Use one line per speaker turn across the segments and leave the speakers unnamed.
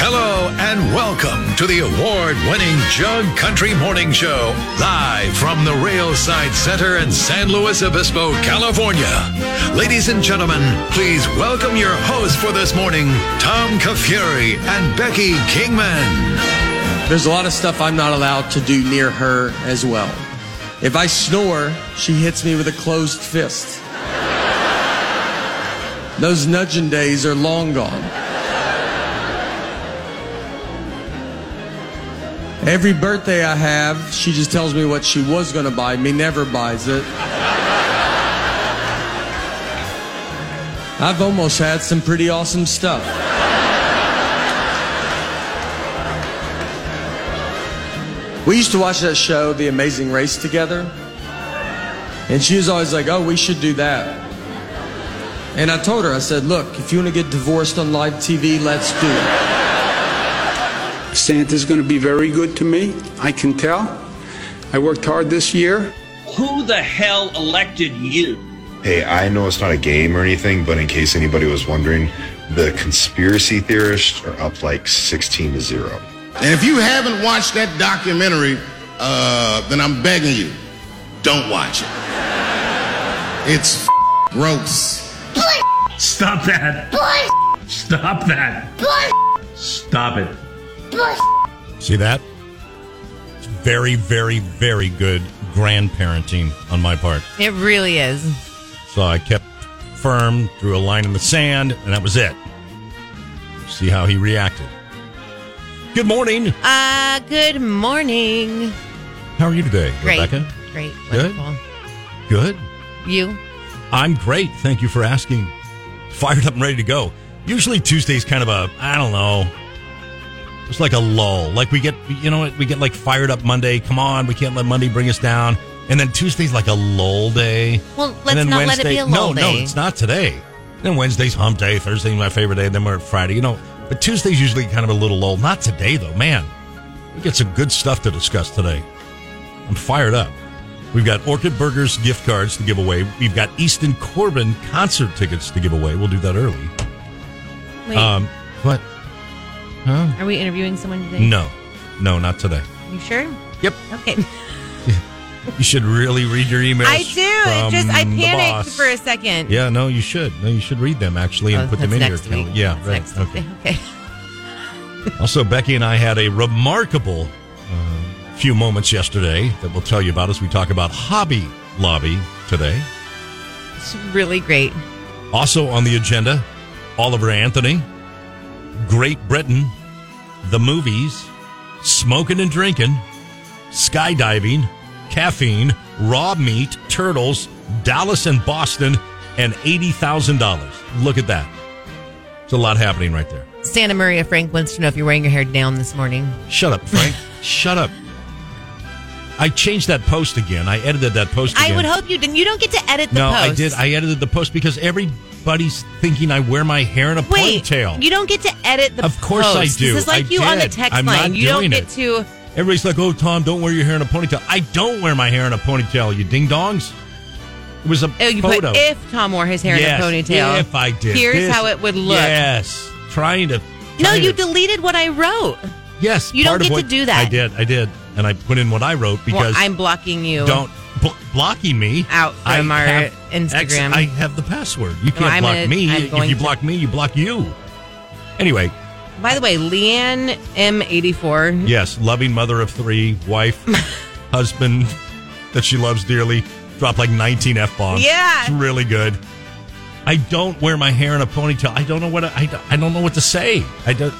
Hello and welcome to the award winning Jug Country Morning Show, live from the Railside Center in San Luis Obispo, California. Ladies and gentlemen, please welcome your hosts for this morning, Tom Kafuri and Becky Kingman.
There's a lot of stuff I'm not allowed to do near her as well. If I snore, she hits me with a closed fist. Those nudging days are long gone. Every birthday I have, she just tells me what she was going to buy me, never buys it. I've almost had some pretty awesome stuff. We used to watch that show, The Amazing Race, together. And she was always like, oh, we should do that. And I told her, I said, look, if you want to get divorced on live TV, let's do it.
Santa's going to be very good to me. I can tell. I worked hard this year.
Who the hell elected you?
Hey, I know it's not a game or anything, but in case anybody was wondering, the conspiracy theorists are up like 16 to 0.
And if you haven't watched that documentary, uh, then I'm begging you, don't watch it. It's f- gross.
Stop that. Stop that. Stop it.
See that? It's very, very, very good grandparenting on my part.
It really is.
So I kept firm, drew a line in the sand, and that was it. See how he reacted. Good morning.
Uh, good morning.
How are you today,
Great.
Rebecca?
Great.
Good?
Wonderful.
Good.
You?
I'm great. Thank you for asking. Fired up and ready to go. Usually Tuesday's kind of a Uh, I don't know. It's like a lull. Like we get you know what we get like fired up Monday. Come on, we can't let Monday bring us down. And then Tuesday's like a lull day.
Well,
And
let's
then
not let it be a lull
no, No,
day.
it's not today. Then Wednesday's hump day. Thursday's my favorite day. Then we're at Friday. You know, but Tuesday's usually kind of a little lull. Not today though, man. We got some good stuff to discuss today. I'm fired up. We've got Orchid Burgers gift cards to give away. We've got Easton Corbin concert tickets to give away. We'll do that early.
Wait,
Um, but
are we interviewing someone today?
no, no, not today.
You sure?
Yep.
Okay.
You should really read your emails.
I do. It
from
just I
the
panicked
boss.
for a second.
Yeah, no, you should. No, you should read them actually and
Oh,
put them
that's
in your
next
account.
week.
Yeah,
That's
right.
next
Okay.
Tuesday. Okay.
Also, Becky and I had a remarkable uh, few moments yesterday that we'll tell you about as we talk about Hobby Lobby today.
It's really great.
Also on the agenda, Oliver Anthony, Great Britain, the movies, smoking and drinking, skydiving, caffeine, raw meat, turtles, Dallas and Boston, and $80,000. Look at that. It's a lot happening right there.
Santa Maria Frank wants to know if you're wearing your hair down this morning.
Shut up, Frank. Shut up. I changed that post again. I edited that post again.
I would hope you didn't. You don't get to edit the
No,
post.
I did. I edited the post because everybody's thinking I wear my hair in a
Wait,
ponytail.
you don't get to edit the
Of course I
post.
do.
This is like
I
you on the
did.
text
I'm not
line. You don't
doing
get
it.
to.
Everybody's like, "Oh, Tom, don't wear your hair in a ponytail." I don't wear my hair in a ponytail. You ding dongs. It was a
Oh, you
photo.
put if Tom wore his hair
Yes,
in a ponytail.
If I did,
Here's
This-
how it would look.
Yes, trying to.
No,
trying
you
to-
deleted what I wrote.
Yes,
you don't
part of
get to
what-
do that.
I did. I did, and I put in what I wrote because
well, I'm blocking you.
don't bl- blocking me
Out from our
have
Instagram.
I have the password. You can't
I'm
block
gonna-
me.
I'm
if
going
you
to-
block me, you block you. Anyway,
By the way, Leanne M84.
Yes, loving mother of three, wife, husband that she loves dearly. Dropped like 19 F bombs.
Yeah.
It's really good. I don't wear my hair in a ponytail. I don't know what I, I don't know what to say. I don't.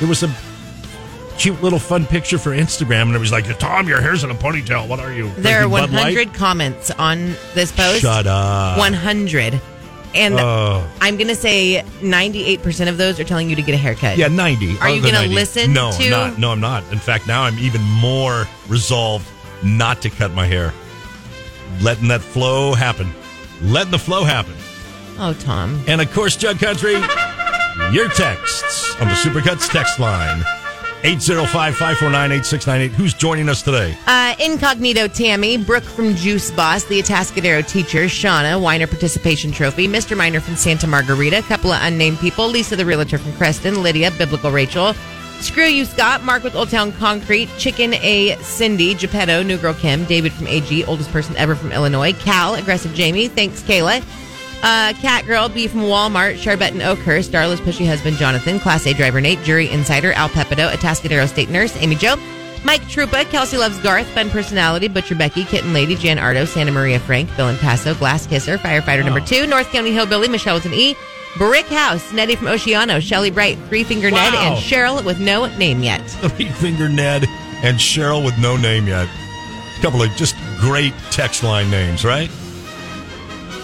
It was a cute little fun picture for Instagram, and it was like, Tom, your hair's in a ponytail. What are you?
There are
drinking Bud Light?"
100 comments on this post.
Shut up.
100. And
Oh.
I'm going to say 98% of those are telling you to get a haircut.
Yeah, 90.
Are you
Other than
gonna
90.
listen
No,
to-
not. No, I'm not. In fact, now I'm even more resolved not to cut my hair. Letting that flow happen. Letting the flow happen.
Oh, Tom.
And of course, Jug Country, Your texts on the Supercuts text line 805 549 8698. Who's joining us today?
Uh, Incognito Tammy, Brooke from Juice Boss, the Atascadero teacher, Shauna, Weiner Participation Trophy, Mr. Miner from Santa Margarita, a couple of unnamed people, Lisa the Realtor from Creston, Lydia, Biblical Rachel, Screw You Scott, Mark with Old Town Concrete, Chicken A Cindy, Geppetto, New Girl Kim, David from AG, oldest person ever from Illinois, Cal, Aggressive Jamie, thanks Kayla. Uh, Cat Girl, B from Walmart, Charbet and Oakhurst, Darla's Pushy Husband Jonathan, Class A Driver Nate, Jury Insider, Al Pepito, Atascadero State Nurse, Amy Joe, Mike Trupa, Kelsey Loves Garth, Fun Personality, Butcher Becky, Kitten Lady, Jan Ardo, Santa Maria Frank, Bill and Paso, Glass Kisser, Firefighter Number Two, North County Hillbilly, Michelle with an E, Brick House, Nettie from Oceano, Shelly Bright, Three Finger Ned,
Wow.
and Cheryl with no name yet.
Three Finger Ned and Cheryl with no name yet. A couple of just great text line names, right?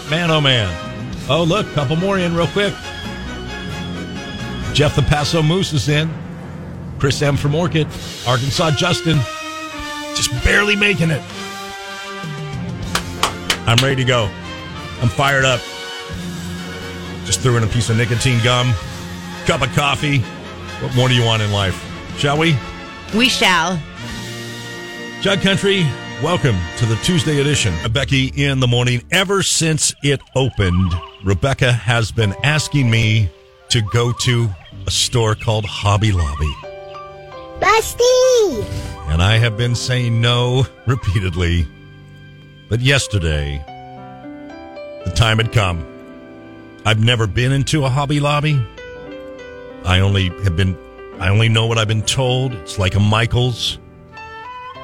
Man, oh man. Oh, look, couple more in real quick. Jeff the Paso Moose is in. Chris M from Orchid. Arkansas Justin. Just barely making it. I'm ready to go. I'm fired up. Just threw in a piece of nicotine gum, cup of coffee. What more do you want in life? Shall we?
We shall.
Jug Country, welcome to the Tuesday edition. of Becky in the morning. Ever since it opened, Rebecca has been asking me to go to a store called Hobby Lobby.
Busty!
And I have been saying no repeatedly. But yesterday, the time had come. I've never been into a Hobby Lobby. I only have been, I only know what I've been told. It's like a Michaels.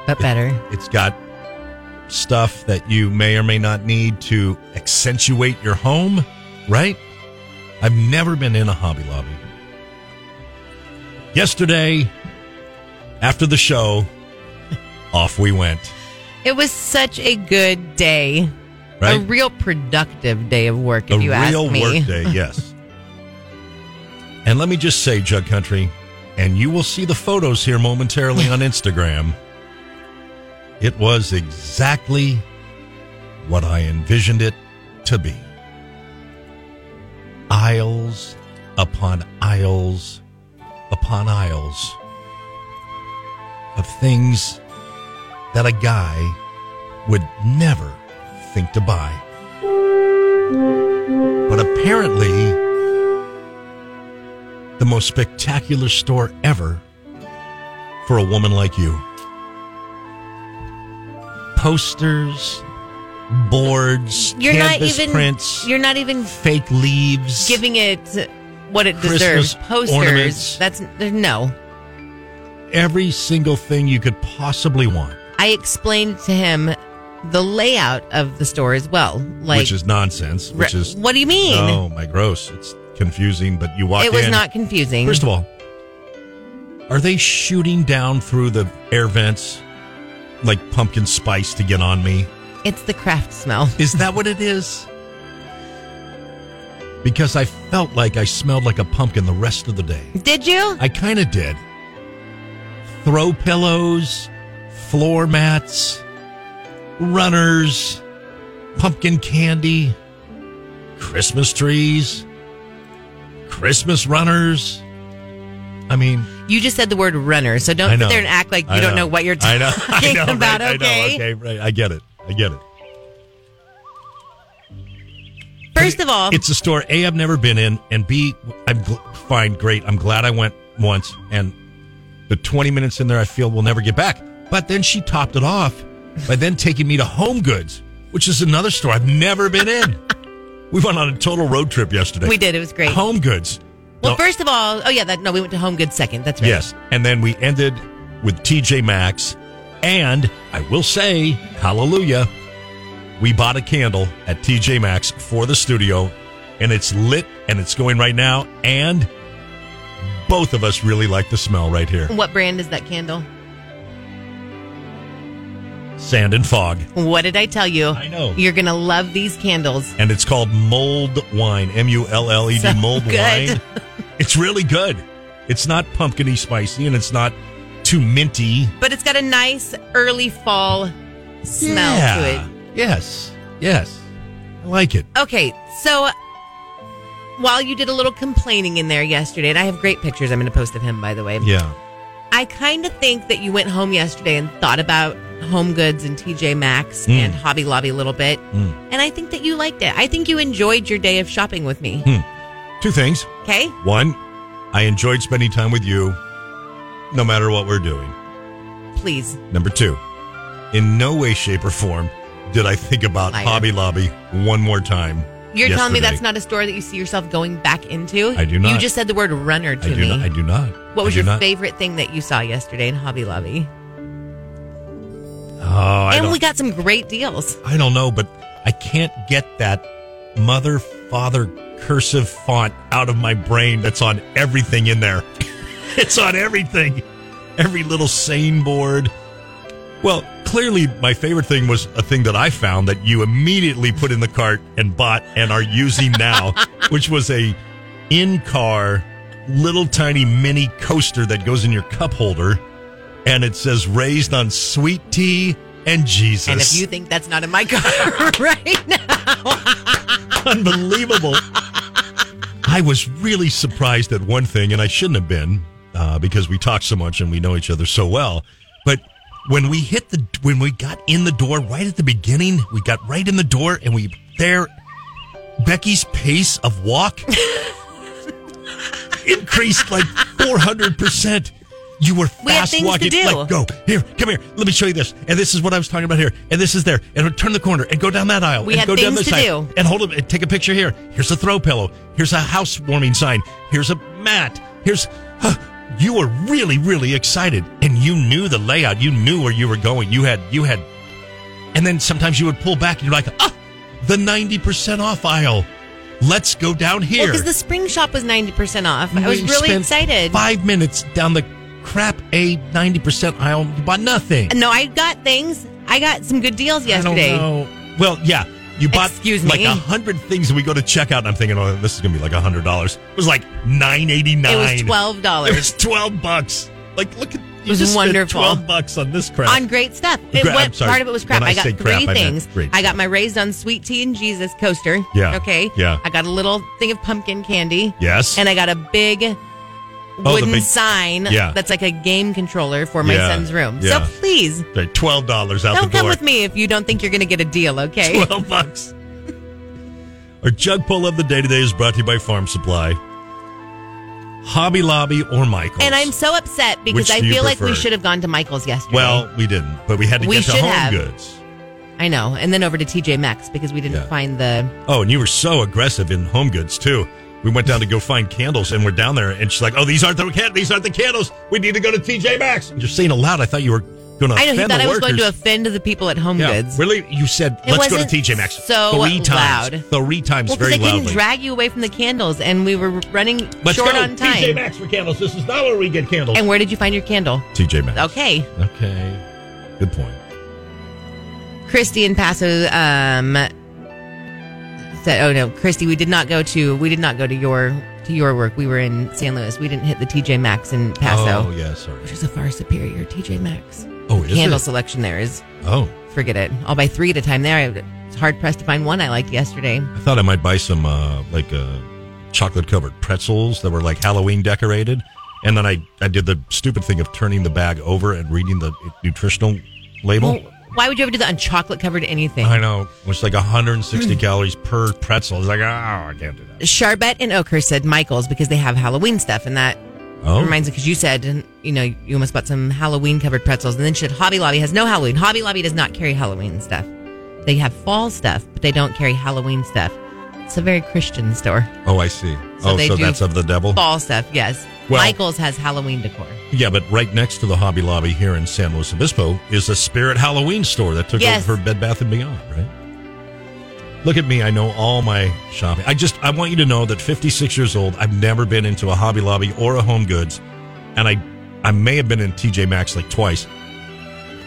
But better.
It's got stuff that you may or may not need to accentuate your home, right? I've never been in a Hobby Lobby. Yesterday, after the show, off we went.
It was such a good day.
Right?
A real productive day of work, if
a
you
real
ask me.
work day, yes. and let me just say, Jug Country, and you will see the photos here momentarily on Instagram. It was exactly what I envisioned it to be. Aisles upon aisles upon aisles of things that a guy would never think to buy. But apparently, the most spectacular store ever for a woman like you. Posters, boards,
You're not
canvas
even.
prints,
You're not even
fake leaves.
giving it what it
Christmas
deserves. Posters.
ornaments.
That's no.
every single thing you could possibly want,
I explained to him the layout of the store as well. Like,
which is nonsense. Which
Re-
is
what do you mean?
Oh my, gross! It's confusing, but you walk.
it was
in.
not confusing.
First of all, are they shooting down through the air vents like pumpkin spice to get on me?
it's the craft smell.
Is that what it is? Because I felt like I smelled like a pumpkin the rest of the day.
Did you?
I kind of did. Throw pillows, floor mats, runners, pumpkin candy, Christmas trees, Christmas runners. I mean,
You just said the word runner, so don't
I
sit
know.
there and act like you
I
don't know what you're
I
talking
know. I know, right,
about.
I know,
okay?
okay, right. I get it. I get it.
First of all,
It's a store A I've never been in, and B I'm gl- fine, great. I'm glad I went once, and the 20 minutes in there I feel we'll never get back. But then she topped it off by then taking me to Home Goods, which is another store I've never been in. we went on a total road trip yesterday.
we did. It was great.
Home Goods.
well,
No,
first of all, oh yeah, that no, we went to Home Goods second. That's right.
yes, and then we ended with TJ Maxx, and I will say, hallelujah, we bought a candle at TJ Maxx for the studio, and it's lit and it's going right now, and both of us really like the smell right here.
What brand is that candle?
Sand and fog.
What did I tell you?
I know.
You're gonna love these candles.
and it's called Mold Wine. M U L L E D
So
Mold Wine.
good.
It's really good. It's not pumpkiny spicy and it's not too minty.
But it's got a nice early fall smell to it.
Yes. Yes. I like it.
Okay, so while you did a little complaining in there yesterday, and I have great pictures I'm going to post of him, by the way.
Yeah.
I kind of think that you went home yesterday and thought about Home Goods and TJ Maxx
Mm.
and Hobby Lobby a little bit. And I think that you liked it. I think you enjoyed your day of shopping with me.
Two things.
Okay?
One, I enjoyed spending time with you no matter what we're doing.
Please.
Number two, in no way, shape, or form did I think about
Liar.
Hobby Lobby one more time.
You're telling
yesterday.
me that's not a store that you see yourself going back into?
I do not.
You just said the word runner to
I do
me.
not. I do not. I
What was
do
your
not.
favorite thing that you saw yesterday in Hobby Lobby?
Oh, I
and
don't,
we got some great deals.
I don't know, but I can't get that mother, father, cursive font out of my brain that's on everything in there. it's on everything. Every little sane board. Well, clearly, my favorite thing was a thing that I found that you immediately put in the cart and bought and are using now, which was a in-car little tiny mini coaster that goes in your cup holder, and it says "raised on sweet tea and Jesus."
And if you think that's not in my car right now,
Unbelievable. I was really surprised at one thing, and I shouldn't have been uh, because we talk so much and we know each other so well. But when we hit the, when we got in the door right at the beginning, we got right in the door and we there. Becky's pace of walk increased like four hundred percent. You were fast
We had things to
walking.
do.
Like, go Oh, here, come here. Let me show you this. And this is what I was talking about here. And this is there. And turn the corner and go down that aisle.
We
and
had
go down
things
this
to
aisle.
do.
And hold up and take a picture here. Here's a throw pillow. Here's a housewarming sign. Here's a mat. Here's. huh, you were really, really excited, and you knew the layout. You knew where you were going. You had, you had, and then sometimes you would pull back, and you're like, ah, the ninety percent off aisle. Let's go down here.
because the spring shop was 90% off. I was
We
really
spent
excited.
Five minutes down the crap a ninety percent aisle, you bought nothing.
No, I got things. I got some good deals yesterday.
I don't know. Well, yeah, you bought
Excuse
like
me.
a hundred things. and We go to checkout, and I'm thinking, oh, this is gonna be like a hundred dollars. It was like nine eighty nine.
It was twelve
It
dollars
was twelve bucks. Like, look at you
was
just spent
wonderful.
twelve bucks on this crap.
on great stuff. It,
Gra- I'm
what
sorry.
part of it was crap?
When I
I, got
say crap, I
three
meant
things.
great
I got my raised on sweet tea and Jesus coaster.
Yeah.
Okay.
Yeah.
I got a little thing of pumpkin candy.
yes, Oh,
And I got a big
the
wooden
big-
sign
Yeah.
that's like a game controller for my
Yeah.
son's room.
Yeah.
So please
They're twelve dollars out
don't
the
come
door.
with me if you don't think you're going to get a deal. Okay.
12 bucks. Our jug pull of the day today is brought to you by Farm Supply, Hobby Lobby, or Michael's.
And I'm so upset because
Which
I
do you
feel like we
prefer?
should have gone to Michael's yesterday.
well, we didn't, but we had to
We
get to
should
Home
have.
Goods.
I know. And then over to TJ Maxx because we didn't
Yeah.
find the
Oh, and you were so aggressive in Home Goods too. We went down to go find candles, and we're down there, and she's like, "Oh, these aren't the can- these aren't the candles. We need to go to TJ Maxx." And you're saying aloud, "I thought you were going to
I know
offend
he thought
the
I was
workers."
going to offend the people at Home
yeah,
Goods.
really? You said,
It
"Let's go to
wasn't
TJ Maxx."
so
three
loud.
times, three times,
Well, because
very
I couldn't
loudly.
drag you away from the candles, and we were running
Let's
short
go,
on
TJ
time.
Maxx for candles. This is not where we get candles.
And where did you find your candle?
TJ Maxx.
Okay,
Okay. Good point.
Christy in Paso um, said, "Oh no, Christy, we did not go to we did not go to your to your work. We were in San Luis. We didn't hit the TJ Maxx in Paso,
Oh, yeah, sorry.
which is a far superior TJ Maxx.
Oh, is
Candle
it?
selection there is
Oh,
forget it. All by three at a time there. I was hard pressed to find one I liked yesterday.
I thought I might buy some uh, like uh, chocolate covered pretzels that were like Halloween decorated, and then I I did the stupid thing of turning the bag over and reading the nutritional label.
Well, why would you ever do that on chocolate covered anything?
I know, which is like 160 calories per pretzel. It's like, oh, I can't do that.
Charbet and Oakhurst said Michael's because they have Halloween stuff, and that
Oh.
reminds me because you said you know you almost bought some Halloween covered pretzels, and then she said Hobby Lobby has no Halloween. Hobby Lobby does not carry Halloween stuff. They have fall stuff, but they don't carry Halloween stuff. It's a very Christian store.
Oh, I see.
So
oh,
they
so
do
that's of the devil.
Fall stuff, yes.
Well-
Michael's has Halloween decor.
Yeah, but right next to the Hobby Lobby here in San Luis Obispo is a Spirit Halloween store that took
Yes.
over Bed Bath and Beyond, right? Look at me, I know all my shopping. I just I want you to know that 56 years old, I've never been into a Hobby Lobby or a Home Goods, and I I may have been in TJ Maxx like twice.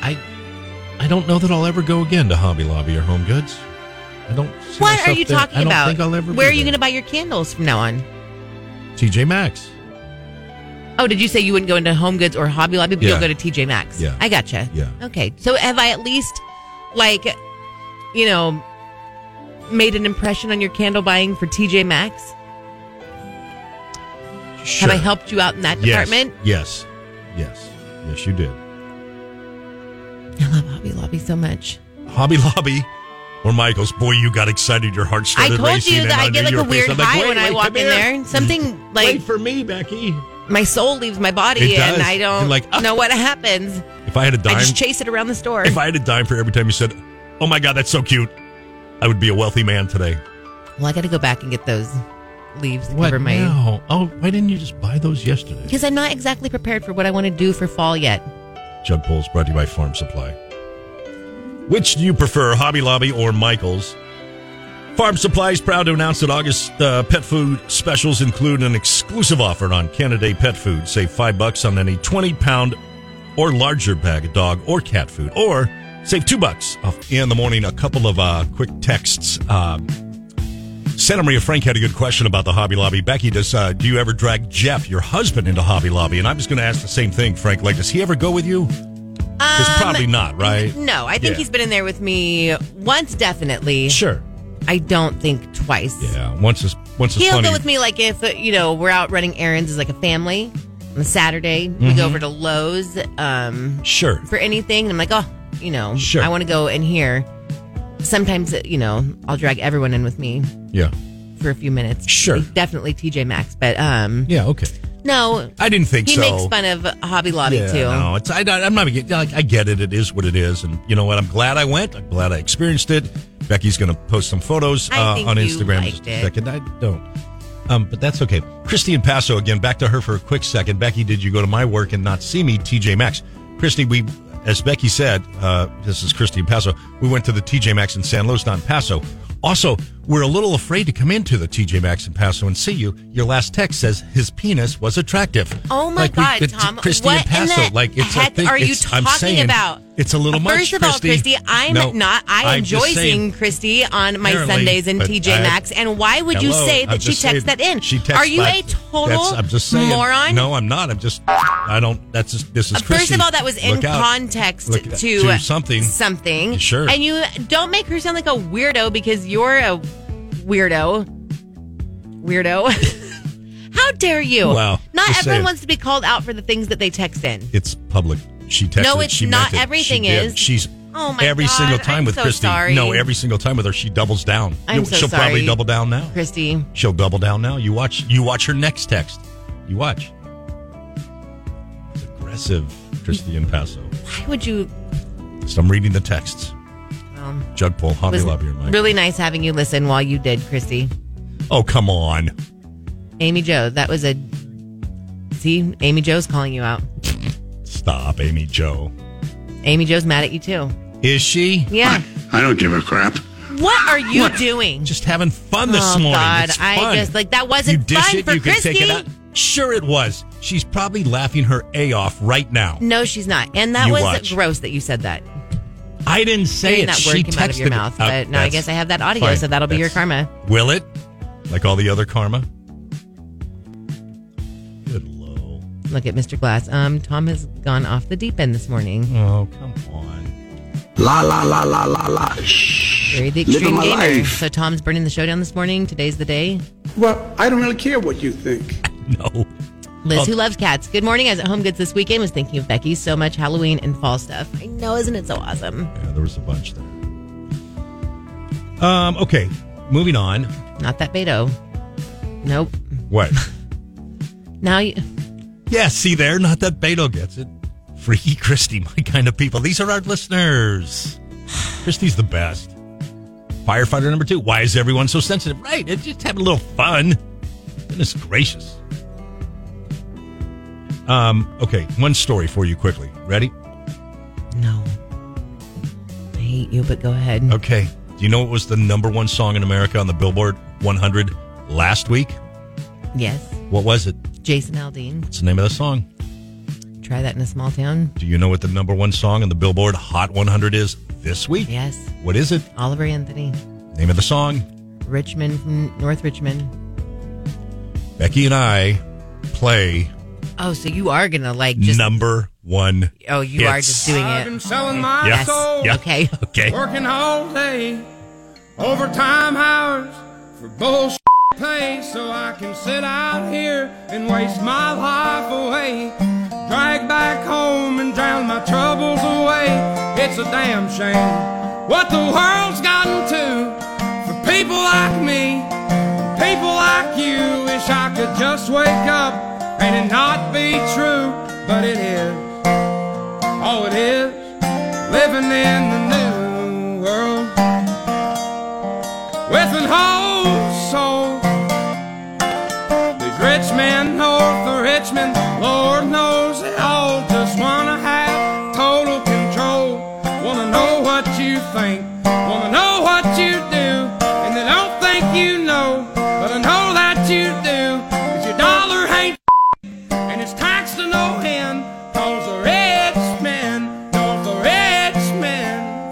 I I don't know that I'll ever go again to Hobby Lobby or Home Goods. I don't. see
What are
myself
you
there.
talking
I don't
about?
Think I'll ever
Where are
be
you going
there.
to buy your candles from now on?
TJ Maxx?
Oh, did you say you wouldn't go into Home Goods or Hobby Lobby, but
Yeah.
you'll go to TJ Maxx?
Yeah.
I gotcha.
Yeah.
Okay. So have I at least, like, you know, made an impression on your candle buying for TJ Maxx?
Sure.
Have I helped you out in that department?
Yes. Yes. Yes, you did.
I love Hobby Lobby so much.
Hobby Lobby or Michael's. Boy, you got excited. Your heart
I
started
told
racing.
you
and
that I
knew
get like
you
a
were pissed.
weird
I'm like,
high
wait,
when I
wait,
walk in
come here.
there. Something like
wait for me, Becky.
my soul leaves my body
It
and
does.
I don't
You're like, "Ah."
know what happens.
If I had a
I
dime,
just chase it around the store.
if I had a dime for every time you said, "Oh my God, that's so cute," I would be a wealthy man today.
well, I got to go back and get those leaves to cover my.
now? Oh, why didn't you just buy those yesterday?
Because I'm not exactly prepared for what I want to do for fall yet.
Judd Poles brought to you by Farm Supply. Which do you prefer, Hobby Lobby or Michaels? Farm Supply is proud to announce that August uh, pet food specials include an exclusive offer on Canada Day pet food. Save five bucks on any 20 pound or larger bag of dog or cat food, or save two bucks off. In the morning, a couple of uh, quick texts. Uh, Santa Maria Frank had a good question about the Hobby Lobby. Becky, does uh, do you ever drag Jeff, your husband, into Hobby Lobby? And I'm just going to ask the same thing, Frank. Like, does he ever go with you?
Um,
Because probably not, right?
No, I think
Yeah.
he's been in there with me once, definitely.
Sure.
I don't think twice.
Yeah. Once is once is
He'll
funny.
go with me like if uh, you know we're out running errands as like a family on a Saturday. We
Mm-hmm.
go over to Lowe's um,
Sure.
for anything. And I'm like, oh, you know,
Sure.
I want to go in here. Sometimes uh, you know I'll drag everyone in with me
Yeah.
for a few minutes.
Sure.
definitely TJ Maxx, but um,
Yeah. Okay.
no,
I didn't think
he
so.
makes fun of Hobby Lobby
yeah,
too.
No, it's I, I'm not. get- Like, I get it. It is what it is, and you know what? I'm glad I went. I'm glad I experienced it. Becky's going to post some photos
I
uh,
think
on
you
Instagram
liked
just a
it.
second. I don't. Um, but that's okay. Christy and Paso again. Back to her for a quick second. Becky, did you go to my work and not see me? TJ Maxx. Christy, we, as Becky said, uh, this is Christy and Paso. We went to the TJ Maxx in San Luis, not in Paso. Also, we're a little afraid to come into the TJ Maxx in Paso and see you. Your last text says his penis was attractive.
Oh my
Like we-
God,
the-
Tom!
Christy
what
and Paso,
in the
like it's
heck
a thing,
are you
it's-
talking
I'm saying,
about?
It's a little much.
First of all, Christy, I'm
No,
not. I
I'm
enjoy
just saying-
seeing Christy on my
Apparently,
Sundays in
but
TJ
I-
Maxx. And why would you
Hello,
say that
I'm
she
just
texts
saying-
that in?
She texts
are you
that-
a total
that's- I'm just saying,
moron?
No, I'm not. I'm just. I don't. That's just. This is.
Uh, First of
Christy.
all, that was in
Look out.
context
Look
to,
at- to something.
something.
Sure.
And you don't make her sound like a weirdo because you're a weirdo. Weirdo. How dare you?
Wow.
Not
Just
everyone
saying.
wants to be called out for the things that they text in.
It's public. She texted.
No,
it.
it's
She meant
not.
it. She
Everything
did.
is.
She's.
Oh my
Every
God,
single time
I'm
with
so
Christy.
sorry.
No, every single time with her, she doubles down.
I'm
You know,
so
She'll
sorry.
probably double down now.
Christy,
She'll double down now. You watch. You watch her next text. You watch. It's aggressive, Christy and Paso.
why would you?
So I'm reading the texts.
Well,
Jug pull,
it
Hobby
was
Lobby, or Mike.
really nice having you listen while you did, Christy.
Oh, come on.
Amy Joe, that was a. See, Amy Joe's calling you out.
Stop, Amy Joe.
Amy Joe's mad at you too.
Is she?
Yeah.
I don't give a crap.
What are you doing?
Just having fun this
Oh,
morning.
God,
It's
I
fun.
just- like, that wasn't
you dish
fun
it,
for
you can take it
Christy.
out. Sure, it was. She's probably laughing her A off right now.
No, she's not. And that
You
was
watch.
gross that you said that.
I didn't say
Hearing
it.
that
she
word came out of your
texted me.
mouth.
Uh,
but now I
that's
guess I have that audio,
fine.
so that'll be your
That's-
karma.
Will it? Like all the other karma? Good lord.
Look at Mr. Glass. Um, Tom has gone off the deep end this morning.
Oh, come on.
La la la la la la. Shh.
Very the
Living
extreme
my
gamer.
life.
So Tom's burning the show down this morning. Today's the day.
Well, I don't really care what you think.
No.
Liz,
Oh.
who loves cats. Good morning. I was at Home Goods this weekend. Was thinking of Becky so much Halloween and fall stuff. I know, isn't it so awesome?
Yeah, there was a bunch there. Um, okay. Moving on.
Not that Beto. Nope.
What?
Now you.
Yeah, see there, not that Beto gets it. Freaky Christy, my kind of people. These are our listeners. Christy's the best. Firefighter number two. Why is everyone so sensitive? Right, it's just having a little fun. Goodness gracious. Um, okay, one story for you quickly. Ready?
No. I hate you, but go ahead.
Okay. Do you know what was the number one song in America on the Billboard 100 last week?
Yes.
What was it?
Jason Aldean.
What's the name of the song?
Try that in a small town.
Do you know what the number one song in the Billboard Hot 100 is this week?
Yes.
What is it?
Oliver Anthony.
Name of the song.
Richmond from North Richmond.
Becky and I play
Oh, so you are gonna like just
number one.
Oh, you are
hits.
just doing it.
selling my
Yeah.
Yes.
Yeah.
Okay.
Okay.
working all day, overtime hours for bullshit
place so I can sit out here and waste my life away. Drag back home and drown my troubles away. It's a damn shame what the world's gotten to for people like me. People like you wish I could just wake up and it not be true, but it is. Oh, it is living in the new world with an old soul. These rich men north of Richmond, Lord knows they all just wanna have total control. Wanna know what you think, wanna know what you do, and they don't think you know, but I know that you do. 'Cause your dollar ain't and it's taxed to no end. Cause the rich men, cause the rich men.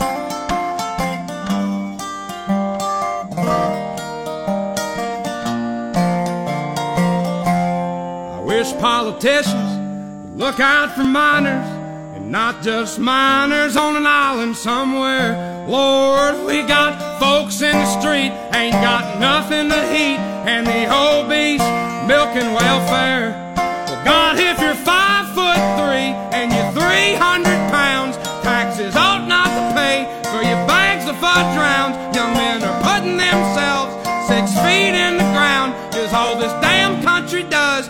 I wish politicians would look out for miners and not just miners on an island somewhere. Lord, we got folks in the street, ain't got nothing to eat, and the obese milking welfare. Well, God, if you're five foot three and you're 300 pounds, taxes ought not to pay for your bags of fudge rounds. Young men are putting themselves six feet in the ground. Is all this damn country does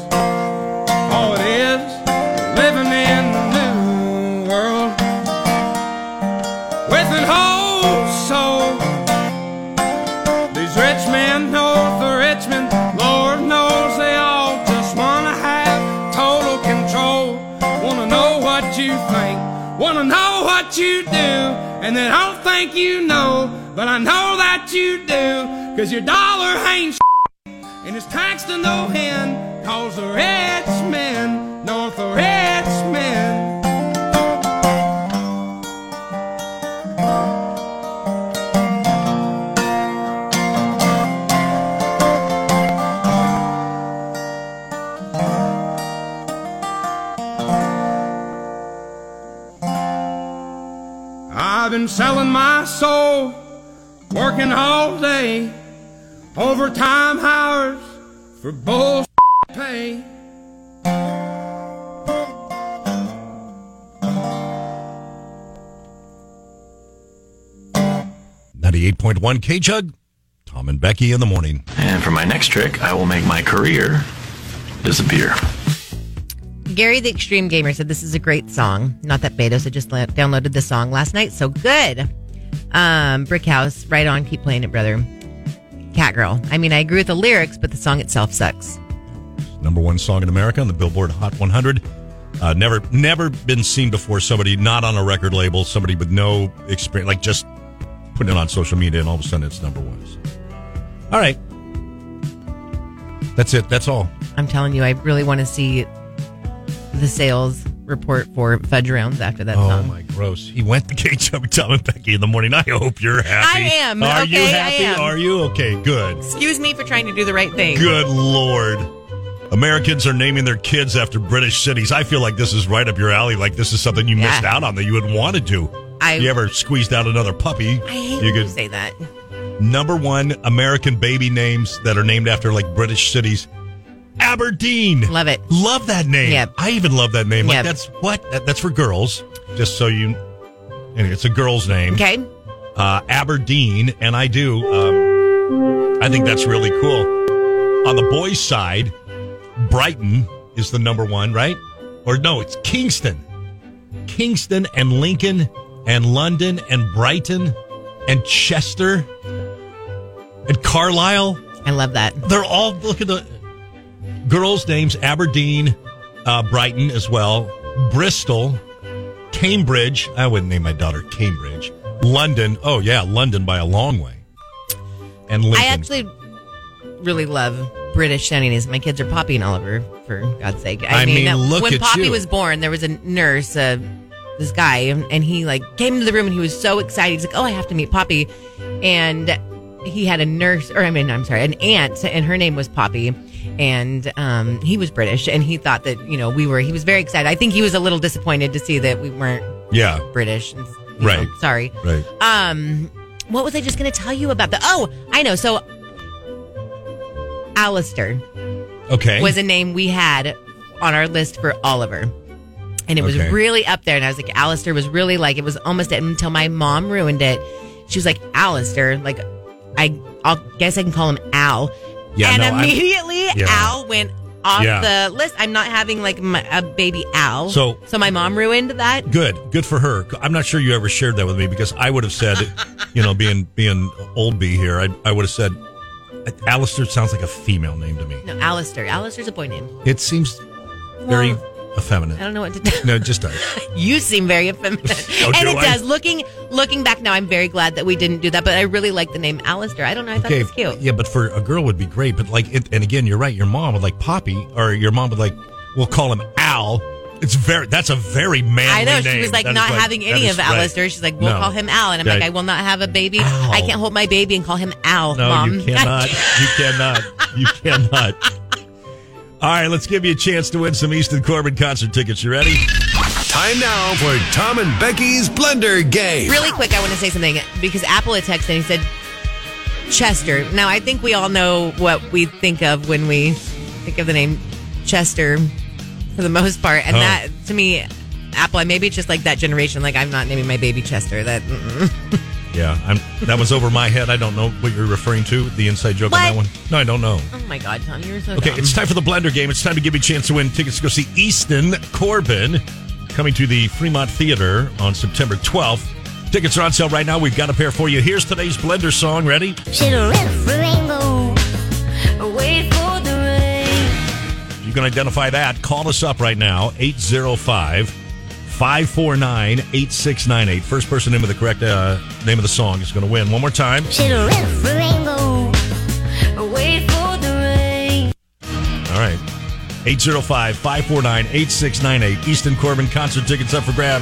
Oh, it is living in the new world with an old soul. These rich men north of Richmond, Lord knows they all just wanna have total control. Wanna know what you think, wanna know what you do, and they don't think you know, but I know that you do, cause your dollar ain't and it's taxed to no end, cause the rich men, north of rich men. I've been selling my soul, working all day, overtime hours for bull pay.
Ninety-eight point one K Jug. Tom and Becky in the morning.
And for my next trick, I will make my career disappear.
Gary the Extreme Gamer said this is a great song. Not that Betos had just la- downloaded the song last night, so good. Um, Brick House, right on, keep playing it, brother. Catgirl. I mean, I agree with the lyrics, but the song itself sucks.
number one song in America on the Billboard Hot 100. Uh, never, never been seen before. Somebody not on a record label, somebody with no experience, like just putting it on social media, and all of a sudden it's number one. All right, that's it. That's all.
I'm telling you, I really want to see the sales report for Fudge Rounds after that
oh
song.
my gross! He went to KW Tom and Becky in the morning. I hope you're happy.
I am.
Are you
Okay, I
happy?
am.
Are you okay? Good.
Excuse me for trying to do the right thing.
Good lord. Americans are naming their kids after British cities. I feel like this is right up your alley. Like this is something you
Yeah.
missed out on that you would want to do.
I-
you ever squeezed out another puppy?
I hate
you
when
could
you say that.
number one American baby names that are named after like British cities. Aberdeen.
Love it.
Love that name.
Yep.
I even love that name. Like
Yep.
that's what that, that's for girls. Just so you, anyway, it's a girl's name.
Okay.
Uh, Aberdeen, and I do. Um, I think that's really cool. On the boys' side, Brighton is the number one, right? Or no, it's Kingston. Kingston and Lincoln and London and Brighton and Chester and Carlisle.
I love that.
They're all look at the girls' names: Aberdeen, uh, Brighton as well, Bristol, Cambridge. I wouldn't name my daughter Cambridge. London. Oh yeah, London by a long way. And Lincoln.
I actually really love British sounding names. My kids are Poppy and Oliver, for God's sake.
I mean, look
when
at
Poppy
you.
was born, there was a nurse, uh, this guy, and and he like came to the room and he was so excited. He's like, "Oh, I have to meet Poppy," and he had a nurse, or I mean, I'm sorry, an aunt, and her name was Poppy. And um, he was British, and he thought that, you know, we were, he was very excited. I think he was a little disappointed to see that we weren't
Yeah.
British. and- you
Right.
know, sorry.
Right.
Um, what was I just going to tell you about the? Oh, I know. So, Alistair
Okay.
was a name we had on our list for Oliver. And it was
Okay.
really up there. And I was like, Alistair was really like, it was almost it until my mom ruined it. She was like, Alistair, like, I I'll guess I can call him Al.
Yeah,
and
no, I'm-
immediately
Yeah.
Al went off
Yeah.
the list. I'm not having like my, a baby Al.
So-
so my mom ruined that.
Good, good for her. I'm not sure you ever shared that with me because I would have said, you know, being being old B here, I, I would have said, Alistair sounds like a female name to me.
No, Alistair. Alistair's a boy name.
It seems very effeminate.
I don't know what to tell.
No, it just does.
You seem very effeminate,
Oh,
and
do
it
I?
does. Looking looking back now, I'm very glad that we didn't do that. But I really like the name Alistair. I don't know. I thought it was cute.
Yeah, but for a girl would be great. But like, it, and again, you're right. Your mom would like Poppy, or your mom would like, we'll call him Al. It's very. That's a very manly
I know she
name.
was like
That is
not having
that
any
is
of
right.
Alistair. She's like, we'll
No.
call him Al, and I'm
Yeah.
like, I will not have a baby. I can't hold my baby and call him Al,
No,
mom.
you cannot. You cannot. You cannot. All right, let's give you a chance to win some Easton Corbin concert tickets. You ready?
Time now for Tom and Becky's Blender Game.
Really quick, I want to say something because Apple had texted and he said Chester. Now I think we all know what we think of when we think of the name Chester for the most part, and
Oh.
that to me, Apple. I maybe it's just like that generation. Like I'm not naming my baby Chester. That mm, mm-mm.
Yeah, I'm, that was over my head. I don't know what you're referring to. The inside joke on that one. No, I don't know.
oh my god, Tom, you're so
Okay,
dumb.
it's time for the blender game. It's time to give you a chance to win tickets to go see Easton Corbin coming to the Fremont Theater on September 12th. Tickets are on sale right now. We've got a pair for you. Here's today's blender song. Ready? You can identify that. Call us up right now, 805 549 8698. First person in with the correct uh, name of the song is going to win. One more time. All right. 805 549 8698. Easton Corbin concert tickets up for grabs.